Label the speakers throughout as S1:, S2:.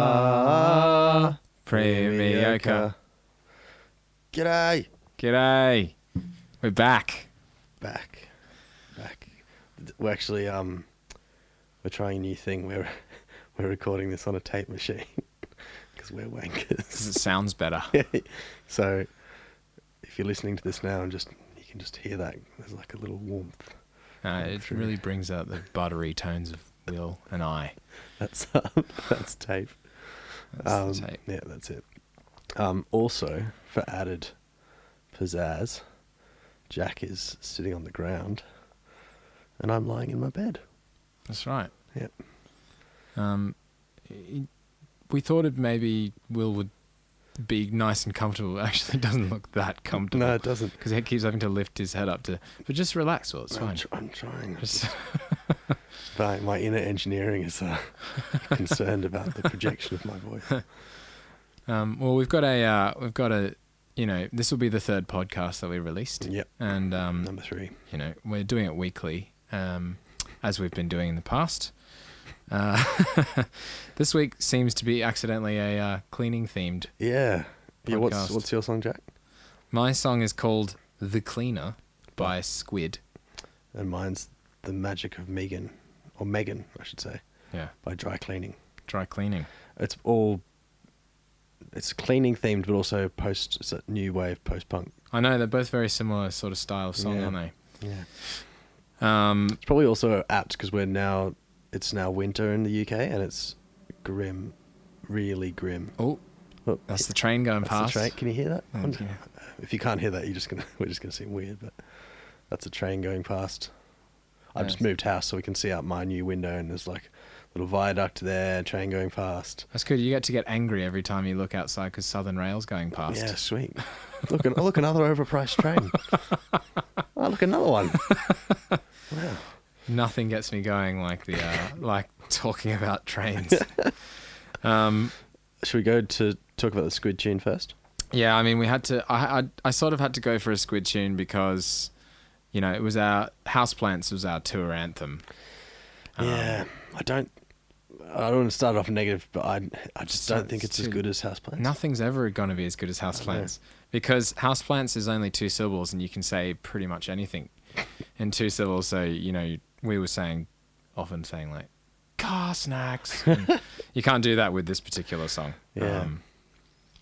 S1: Ah, Premioka.
S2: G'day.
S1: G'day. We're back.
S2: Back. Back. We're actually um we're trying a new thing. We're we're recording this on a tape machine because we're wankers.
S1: 'Cause it sounds better.
S2: so if you're listening to this now and just you can just hear that there's like a little warmth.
S1: Uh, it really brings out the buttery tones of Will and I.
S2: That's um, that's tape. Um,
S1: That's the tape.
S2: Yeah, that's it. Um, also, for added pizzazz, Jack is sitting on the ground, and I'm lying in my bed.
S1: That's right.
S2: Yep.
S1: Um, y- we thought it maybe Will would be nice and comfortable. Actually, it doesn't look that comfortable.
S2: No, it doesn't.
S1: Because he keeps having to lift his head up to. But just relax, Will. It's
S2: I'm,
S1: fine.
S2: tr- I'm trying.
S1: Just,
S2: My, my inner engineering is uh, concerned about the projection of my voice.
S1: um, well, we've got a. Uh, we've got a. You know, this will be the third podcast that we released.
S2: Yep.
S1: And um,
S2: Number three.
S1: you know, we're doing it weekly, um, as we've been doing in the past. Uh, this week seems to be accidentally a uh, cleaning themed.
S2: Yeah. Yeah. What's
S1: Podcast.
S2: what's your song, Jack?
S1: My song is called "The Cleaner" by Squid.
S2: And mine's "The Magic of Megan," or Megan, I should say,
S1: Yeah,
S2: by Dry Cleaning.
S1: dry cleaning.
S2: it's all it's cleaning themed but also post it's a new wave post punk
S1: I know they're both very similar sort of style of song,
S2: Yeah.
S1: aren't
S2: yeah
S1: they? Um,
S2: it's probably also apt because we're now it's now winter in the uk and it's grim really grim
S1: oh,
S2: Look,
S1: that's the train going
S2: that's
S1: past.
S2: train. can you hear that
S1: Oh,
S2: I'm-
S1: yeah.
S2: if you can't hear that you're just gonna we're just gonna seem weird but that's a train going past i've just
S1: Nice.
S2: moved house so we can see out my new window and there's like a little viaduct there train going past
S1: That's good. You get to get angry every time you look outside because Southern Rail's going past.
S2: Yeah, sweet. Look, an, oh, look another overpriced train. oh, look, another one. Wow.
S1: Nothing gets me going like the uh, like talking about trains. um,
S2: Should we go to talk about the squid tune first?
S1: Yeah, I mean, we had to. I, I I sort of had to go for a squid tune because, you know, it was our houseplants was our tour anthem. Um,
S2: yeah, I don't. I don't want to start off negative, but I, I just
S1: So-
S2: don't think it's as
S1: so-
S2: good as Houseplants.
S1: Nothing's ever going to be as good as houseplants because houseplants is only two syllables and you can say pretty much anything in two syllables. So you know, we were saying, often saying like, car snacks. And you can't do that with this particular song. Um,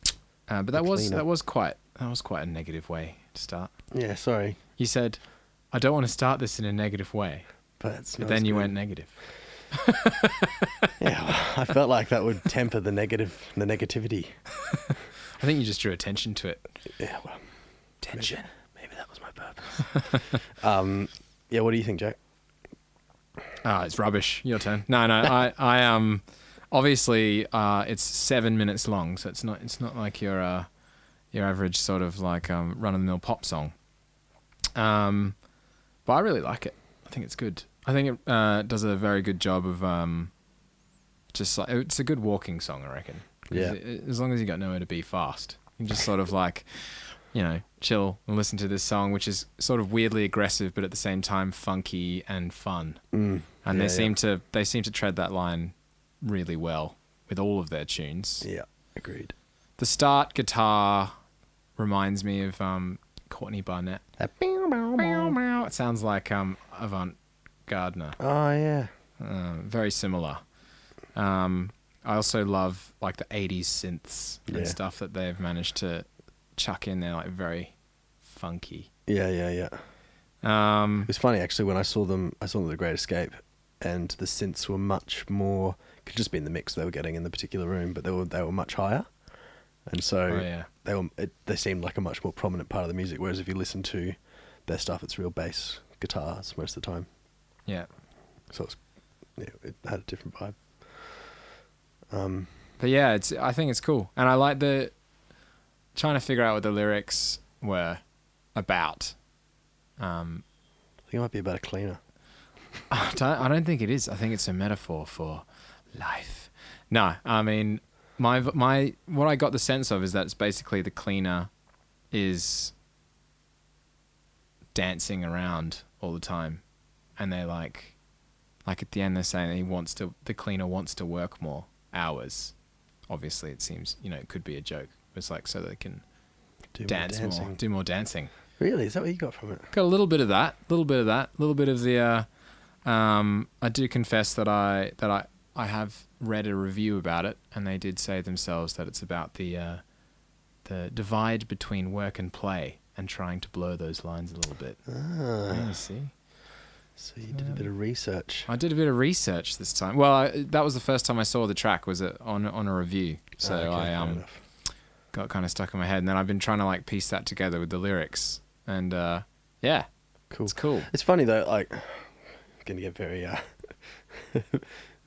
S2: Yeah.
S1: uh, but that was
S2: cleaner.
S1: that was quite that was quite a negative way to start.
S2: Yeah, sorry,
S1: You said, I don't want to start this in a negative way.
S2: but it's
S1: But
S2: not
S1: then
S2: as
S1: you
S2: good.
S1: went negative.
S2: Yeah, well, I felt like that would temper the negative, the negativity.
S1: I think you just drew attention to it.
S2: Yeah, well, tension. Maybe, that was my purpose. um, yeah, what do you think, Jack?
S1: Ah, it's rubbish. Your turn. No, no. I, I um, obviously, uh, it's seven minutes long, so it's not, it's not like your, uh, your average sort of like um, run of the mill pop song. Um, but I really like it. I think it's good. I think it uh, does a very good job of um, just like it's a good walking song. I reckon. 'Cause
S2: Yeah.
S1: it- as long as you got nowhere to be fast, you can just sort of like, you know, chill and listen to this song, which is sort of weirdly aggressive, but at the same time funky and fun.
S2: Mm,
S1: And
S2: yeah,
S1: they seem to they seem to tread that line really well with all of their tunes.
S2: Yeah, yeah agreed.
S1: The start guitar reminds me of um, Courtney Barnett. Meow, meow. It sounds like um, Avant Gardner.
S2: Oh yeah.
S1: Uh, very similar. Um, I also love like the '80s synths
S2: Yeah.
S1: and stuff that they've managed to chuck in there, like very funky.
S2: Yeah, yeah, yeah.
S1: Um,
S2: It's funny actually when I saw them, I saw them at the Great Escape, and the synths were much more. Could just be in the mix they were getting in the particular room, but they were they were much higher, and so
S1: oh yeah,
S2: they were it, they seemed like a much more prominent part of the music. Whereas if you listen to their stuff, it's real bass guitars most of the time,
S1: yeah.
S2: so it's yeah, it had a different vibe.
S1: But yeah, it's I think it's cool, and I like the trying to figure out what the lyrics were about. Um,
S2: I think it might be about a cleaner.
S1: I don't, I don't think it is. I think it's a metaphor for life. No, I mean my my what I got the sense of is that it's basically the cleaner is dancing around all the time, and they like like at the end they're saying that he wants to the cleaner wants to work more hours. Obviously, it seems you know it could be a joke. It's like so they can
S2: Do more
S1: dance more, do more dancing.
S2: Really? Is that what you got from it?
S1: Got a little bit of that, a little bit of that, a little bit of the. Uh, um, I do confess that I that I I have read a review about it, and they did say themselves that it's about the uh, the divide between work and play, and trying to blur those lines a little bit. Yeah,
S2: Ah,
S1: you see,
S2: so you did a bit of research.
S1: I did a bit of research this time. Well, I, that was the first time I saw the track was it on on a review, so
S2: Ah, okay,
S1: I
S2: fair
S1: um
S2: enough.
S1: got kind of stuck in my head, and then I've been trying to like piece that together with the lyrics, and uh, yeah,
S2: Cool.
S1: it's cool.
S2: It's funny though, like, going to get very, uh,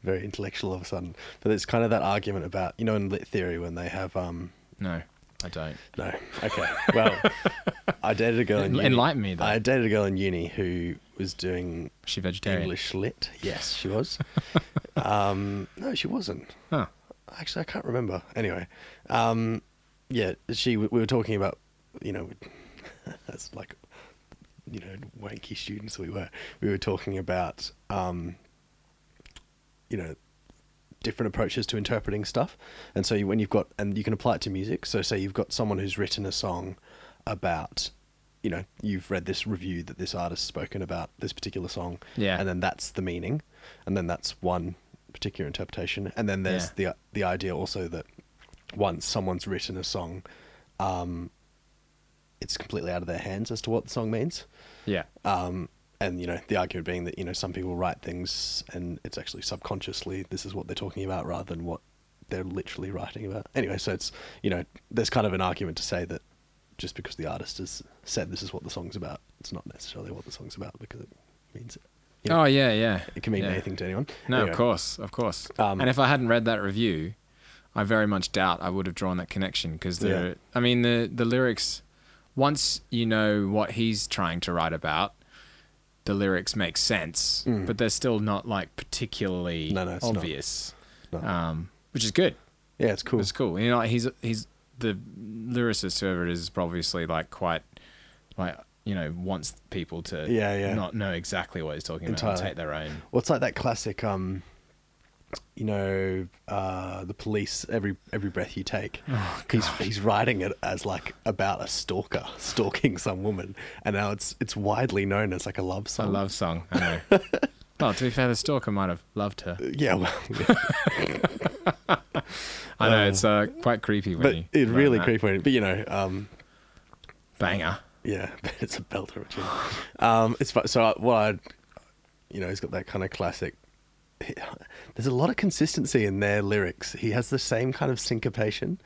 S2: very intellectual all of a sudden. But it's kind of that argument about, you know, in lit theory when they have, um,
S1: No, I don't.
S2: no, okay, well, I dated a girl in
S1: En-
S2: uni.
S1: enlighten me, though.
S2: I dated a girl in uni who was doing
S1: Is she vegetarian?
S2: English lit. Yes, she was. um, no, she wasn't.
S1: Huh.
S2: Actually, I can't remember. Anyway, um, yeah, she. We were talking about, you know, that's like, you know, wanky students we were. We were talking about, um, you know, different approaches to interpreting stuff, and so you, when you've got and you can apply it to music. So say you've got someone who's written a song about. You know, you've read this review that this artist's spoken about this particular song,
S1: Yeah.
S2: and then that's the meaning, and then that's one particular interpretation, and then there's the the idea also that once someone's written a song, um, it's completely out of their hands as to what the song means.
S1: Yeah.
S2: Um, and you know, the argument being that you know some people write things and it's actually subconsciously this is what they're talking about rather than what they're literally writing about. Anyway, so it's you know, there's kind of an argument to say that just because the artist has said this is what the song's about, it's not necessarily what the song's about because it means it. you know,
S1: Oh yeah, yeah.
S2: it can mean
S1: yeah.
S2: anything to anyone.
S1: No,
S2: Anyway,
S1: of course, of course.
S2: Um,
S1: and if I hadn't read that review, I very much doubt I would have drawn that connection because the,
S2: Yeah.
S1: I mean, the the lyrics. Once you know what he's trying to write about, the lyrics make sense,
S2: Mm.
S1: but they're still not like particularly
S2: No, no, it's not.
S1: obvious.
S2: No.
S1: Um, which is good.
S2: Yeah, it's cool.
S1: It's cool. You know, he's he's the lyricist, whoever it is, is obviously like quite like you know wants people to
S2: Yeah, yeah.
S1: not know exactly what he's talking about, and
S2: Entirely.
S1: take their own.
S2: Well, it's like that classic, um, you know, uh, the police. Every every breath you take,
S1: Oh,
S2: he's he's writing it as like about a stalker stalking some woman, and now it's it's widely known as like a love
S1: It's a
S2: song.
S1: love song. I know. well, to be fair, the stalker might have loved her.
S2: Yeah, well,
S1: I know
S2: Uh,
S1: it's uh, quite creepy when
S2: but
S1: you.
S2: it
S1: learn
S2: really
S1: that.
S2: creepy. when it- But you know, um,
S1: banger.
S2: Yeah, but it's a belter, Richard. Um, it's fu- so I, what I, you know, he's got that kind of classic. There's a lot of consistency in their lyrics. He has the same kind of syncopation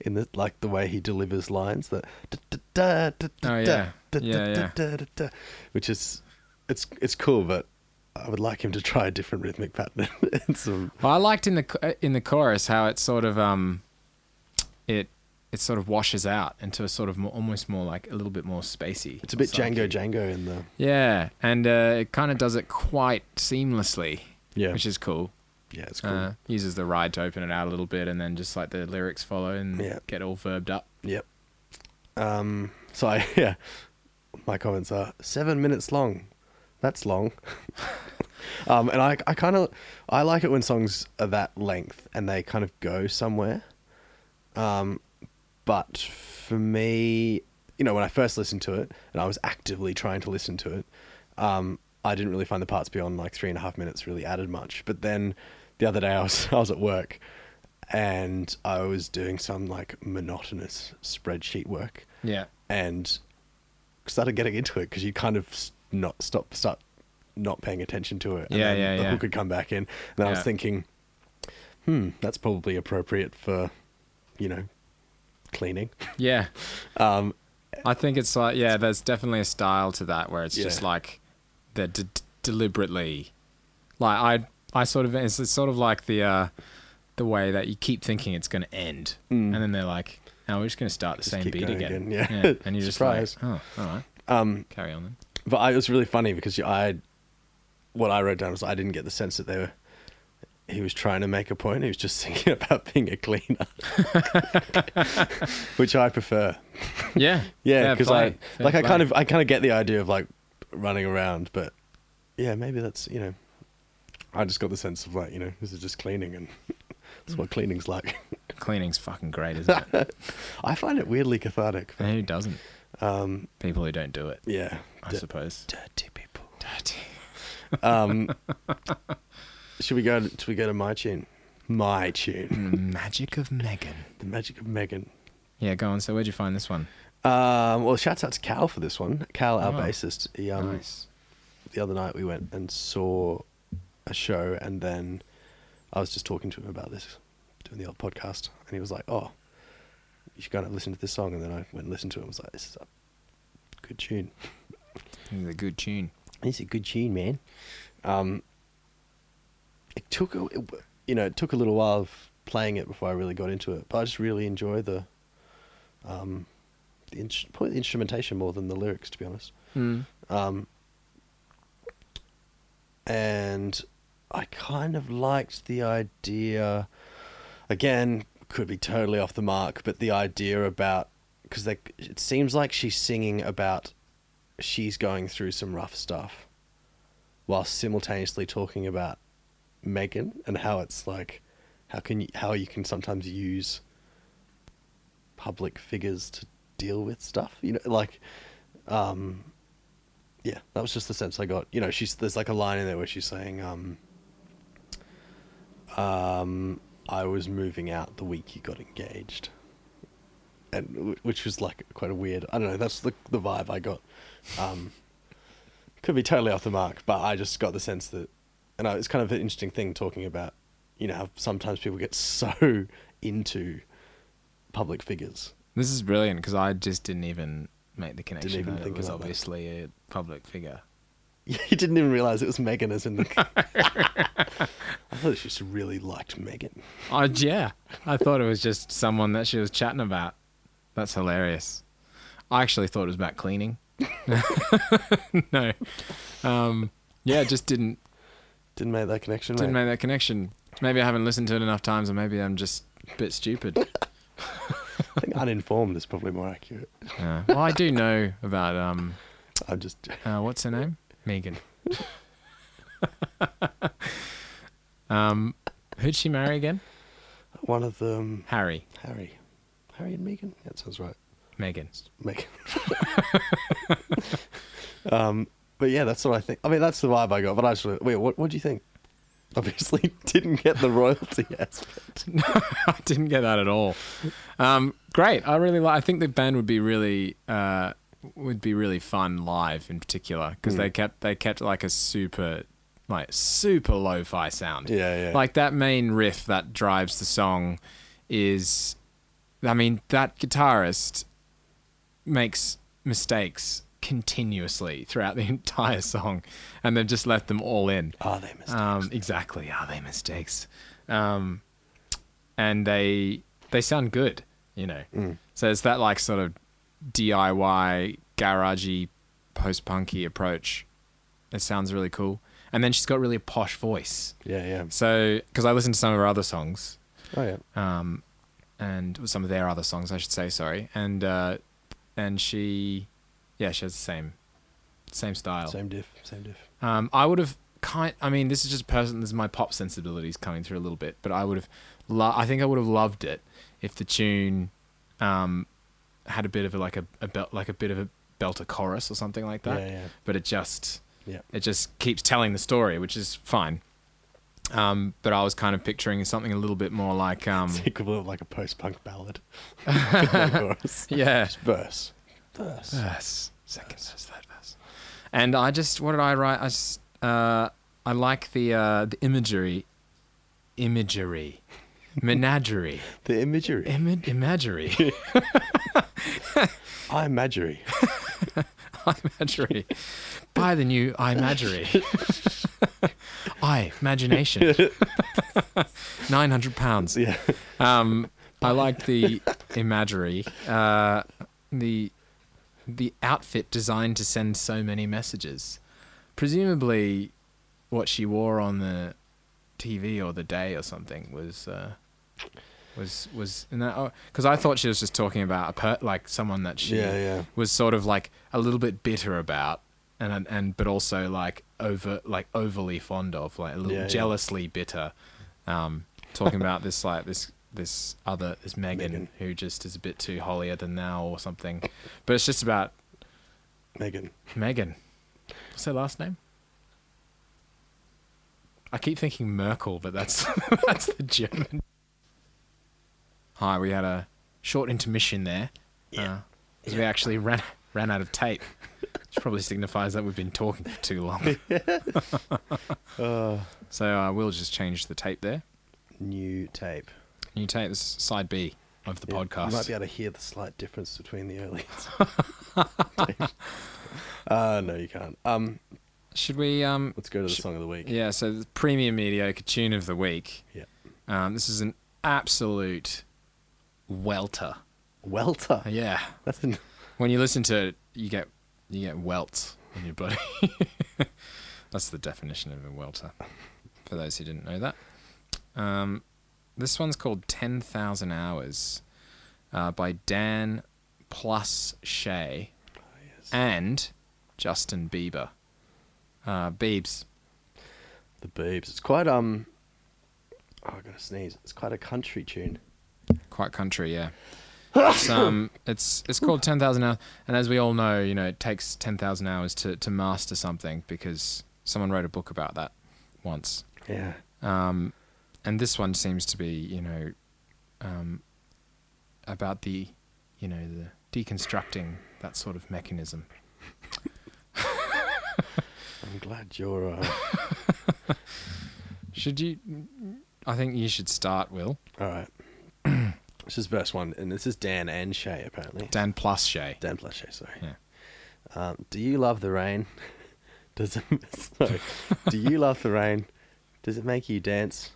S2: in the like the way he delivers lines that.
S1: Oh, yeah. Yeah, yeah.
S2: Which is, it's it's cool, but I would like him to try a different rhythmic pattern. and some
S1: Well, I liked in the ch- in the chorus how it sort of um, it it sort of washes out into a sort of more, almost more like a little bit more spacey.
S2: it's a bit
S1: Psyche.
S2: Django Django in the
S1: Yeah, and uh, it kind of does it quite seamlessly.
S2: Yeah.
S1: which is cool.
S2: yeah, it's cool.
S1: Uh, uses the ride to open it out a little bit, and then just like the lyrics follow and
S2: Yeah.
S1: get all verbed up.
S2: Yep. Um, so I, yeah, my comments are seven minutes long. That's long. um, and I, I kind of, I like it when songs are that length and they kind of go somewhere. Um, but for me, you know, when I first listened to it and I was actively trying to listen to it, um, I didn't really find the parts beyond like three and a half minutes really added much. But then the other day I was, I was at work and I was doing some like monotonous spreadsheet work
S1: Yeah,
S2: and started getting into it because you kind of s- not stop start not paying attention to it. And
S1: Yeah,
S2: then
S1: yeah,
S2: The
S1: yeah.
S2: hook would come back in, and then I was
S1: Yeah.
S2: thinking, hmm, that's probably appropriate for, you know, cleaning.
S1: yeah.
S2: Um,
S1: I think it's like yeah, there's definitely a style to that where it's just
S2: Yeah.
S1: like they're d- d- deliberately like I I sort of it's, it's sort of like the uh the way that you keep thinking it's going to end and then they're like now we're just going to start the
S2: Mm. Just
S1: same
S2: keep
S1: beat
S2: going
S1: again.
S2: again, yeah.
S1: and you're just
S2: Surprise.
S1: like oh all right.
S2: Um,
S1: Carry on then.
S2: but I, it was really funny because you- I, what I wrote down was I didn't get the sense that they were. He was trying to make a point. He was just thinking about being a cleaner, which I prefer.
S1: Yeah.
S2: Yeah,
S1: fair
S2: because
S1: play,
S2: I
S1: fair
S2: like I kind
S1: play.
S2: of I kind of get the idea of like running around, but yeah, maybe that's you know I just got the sense of like, you know, this is just cleaning, and that's what cleaning's like.
S1: Cleaning's fucking great, isn't it?
S2: I find it weirdly cathartic.
S1: And who doesn't?
S2: Um,
S1: People who don't do it,
S2: yeah,
S1: I
S2: D-
S1: suppose.
S2: dirty people.
S1: Dirty.
S2: Um, should we go? Should we go to my tune? My tune.
S1: Magic of Megan.
S2: The magic of Megan.
S1: Yeah, go on. So where'd you find this one?
S2: Um, well, shouts out to Cal for this one. Cal, our
S1: Oh.
S2: bassist. He, um,
S1: nice.
S2: The other night we went and saw a show, and then I was just talking to him about this, doing the old podcast, and he was like, "Oh, you should go and listen to this song." And then I went and listened to it. and was like, "This is a good tune.
S1: This is a good tune.
S2: This is a good tune, man." Um, it took a, it w- you know, it took a little while of playing it before I really got into it, but I just really enjoy the, um, the ins- probably the instrumentation more than the lyrics, to be honest.
S1: Mm.
S2: Um, and I kind of liked the idea. Again, could be totally off the mark, but the idea about because it seems like she's singing about she's going through some rough stuff, while simultaneously talking about Megan and how it's like, how can you, how you can sometimes use public figures to deal with stuff, you know, like yeah, that was just the sense I got. You know, she's there's like a line in there where she's saying, um, um, "I was moving out the week you got engaged," and w- which was like quite a weird. I don't know. That's the the vibe I got. Um, could be totally off the mark, but I just got the sense that, and I, it's kind of an interesting thing talking about. You know, how sometimes people get so into public figures.
S1: This is brilliant because I just didn't even make the connection.
S2: even
S1: that it
S2: think
S1: was
S2: about that.
S1: obviously a public figure.
S2: You didn't even realize it was Megan as in the. I thought she just really liked Megan.
S1: Oh yeah, I thought it was just someone that she was chatting about. That's hilarious. I actually thought it was about cleaning. no, um, yeah, just didn't
S2: Didn't make that connection.
S1: didn't
S2: mate.
S1: make that connection. Maybe I haven't listened to it enough times, or maybe I'm just a bit stupid.
S2: I think uninformed is probably more accurate.
S1: Yeah. Well, I do know about um,
S2: I'm just.
S1: uh, what's her name? Megan. um, who'd she marry again?
S2: One of them.
S1: Harry.
S2: Harry. Harry and Megan? That sounds right.
S1: Megan.
S2: Megan. um, but yeah, that's what I think. I mean, that's the vibe I got. But I just. Wait, what What do you think? Obviously, didn't get the royalty aspect.
S1: No, I didn't get that at all. Um, great. I really like. I think the band would be really uh, would be really fun live in particular because they kept they kept like a super like super lo-fi sound.
S2: Yeah, yeah.
S1: Like that main riff that drives the song is, I mean, that guitarist makes mistakes continuously throughout the entire song, and they've just left them all in.
S2: Are Ah, they mistakes?
S1: Um, exactly. Are they mistakes? Um, and they they sound good, you know. So it's that like sort of DIY garagey post punky approach. It sounds really cool. And then she's got really a posh voice.
S2: yeah, yeah.
S1: So because I listened to some of her other songs,
S2: Oh, yeah.
S1: um, and or some of their other songs, I should say, sorry. And uh, and she, yeah, she has the same same style.
S2: Same diff. Same diff.
S1: Um, I would have kind. I mean, this is just person. This is my pop sensibilities coming through a little bit, but I would have. Lo- I think I would have loved it if the tune um, had a bit of a, like a, a bel- like a bit of a belter chorus or something like that.
S2: Yeah, yeah.
S1: But it just
S2: Yeah.
S1: it just keeps telling the story, which is fine. Um, but I was kind of picturing something a little bit more like um,
S2: It's equivalent of like a post-punk ballad. Chorus.
S1: yeah.
S2: verse. Verse.
S1: verse. Second verse, third verse. And I just, what did I write? I just, uh, I like the uh, the imagery, imagery, menagerie,
S2: The imagery.
S1: Ima- imagery,
S2: I imagery.
S1: imagery. Buy the new imagery. I imagination. Nine hundred pounds.
S2: Yeah.
S1: Um, I like the imagery. Uh, the the outfit designed to send so many messages. Presumably, what she wore on the TV or the day or something was uh, was was in that because I thought she was just talking about a per- like someone that she
S2: Yeah, yeah.
S1: was sort of like a little bit bitter about and and but also like over like overly fond of, like a little
S2: Yeah, yeah.
S1: jealously bitter. Um, talking about this like this this other this Megan,
S2: Megan.
S1: who just is a bit too holier than thou or something. But it's just about
S2: Megan.
S1: Megan. What's her last name? I keep thinking Merkel, but that's that's the German. Hi, we had a short intermission there. Yeah. We actually ran ran out of tape, which probably signifies that we've been talking for too long.
S2: Uh,
S1: So uh, we'll just change the tape there.
S2: new tape.
S1: New tape this is side B of the
S2: Yeah,
S1: podcast.
S2: You might be able to hear the slight difference between the early. uh, no, you can't. Um,
S1: Should we? Um,
S2: let's go to the
S1: Sh-
S2: song of the week.
S1: yeah. So the premium mediocre tune of the week.
S2: Yeah.
S1: Um, this is an absolute welter.
S2: Welter.
S1: Yeah.
S2: That's an,
S1: When you listen to it, you get you get welts in your body. That's the definition of a welter. For those who didn't know that, um, this one's called Ten Thousand Hours uh, by Dan plus Shay and Justin Bieber. Uh, Biebs.
S2: the Beebs. It's quite um. Oh, I gotta sneeze. It's quite a country tune.
S1: quite country, yeah. It's, um, it's it's called ten thousand hours, and as we all know, you know, it takes ten thousand hours to to master something because someone wrote a book about that once.
S2: Yeah.
S1: Um, and this one seems to be, you know, um, about the, you know, the deconstructing that sort of mechanism.
S2: I'm glad you're. Uh,
S1: Should you? I think you should start, Will.
S2: all right. This is verse one, and this is Dan and Shay apparently.
S1: Dan plus Shay.
S2: Dan plus Shay, sorry.
S1: Yeah.
S2: Um, do you love the rain? Does it sorry. Do you love the rain? Does it make you dance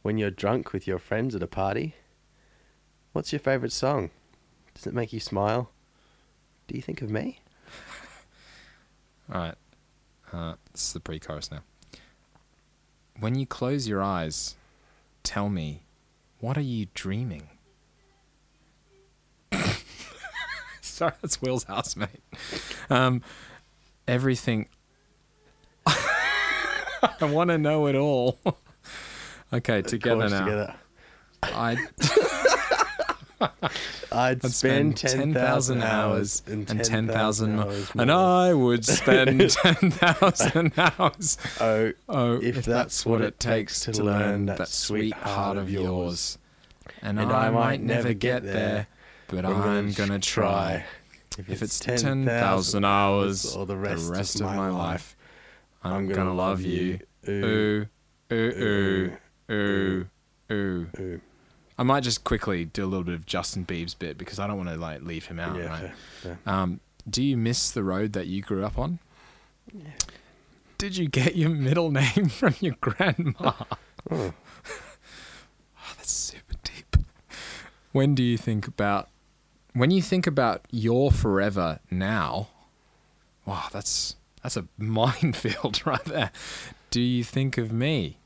S2: when you're drunk with your friends at a party? What's your favorite song? Does it make you smile? Do you think of me?
S1: All right. Uh, this is the pre chorus now. When you close your eyes, tell me, what are you dreaming? Sorry, that's Will's house, mate. Um, everything. I want to know it all. okay, together
S2: Chorus
S1: now. I
S2: I'd,
S1: would
S2: spend,
S1: spend
S2: 10,000 hours
S1: and
S2: and
S1: 10,000 mi-
S2: hours
S1: And
S2: more.
S1: I would spend 10,000 hours.
S2: Oh,
S1: Oh,
S2: if that's what it takes to learn that sweet heart of yours.
S1: And, I, might never get there, but
S2: I'm
S1: I'm
S2: gonna
S1: gonna try.
S2: try.
S1: If it's 10,000 hours or the rest, of, my life, I'm gonna love you. Ooh, ooh, ooh, ooh, ooh.
S2: ooh.
S1: I might just quickly do a little bit of Justin Bieber's bit because I don't want to like leave him out,
S2: yeah,
S1: right?
S2: fair,
S1: Um, do you miss the road that you grew up on? Did you get your middle name from your grandma?
S2: fair. Oh.
S1: Oh, that's super deep. When do you think about when you think about your forever now? Wow, that's that's a minefield right there. Do you think of me?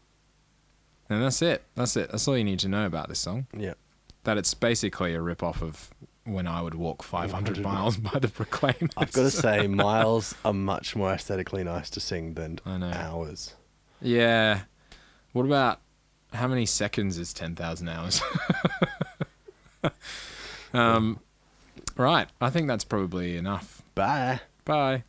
S1: And that's it. That's it. That's all you need to know about this song.
S2: Yeah.
S1: That it's basically a rip off of when I would walk 500
S2: 500
S1: miles by the Proclaimers.
S2: I've got to say, miles are much more aesthetically nice to sing than
S1: I know.
S2: hours.
S1: Yeah. What about how many seconds is 10,000 hours? um, right. I think that's probably enough.
S2: Bye.
S1: Bye.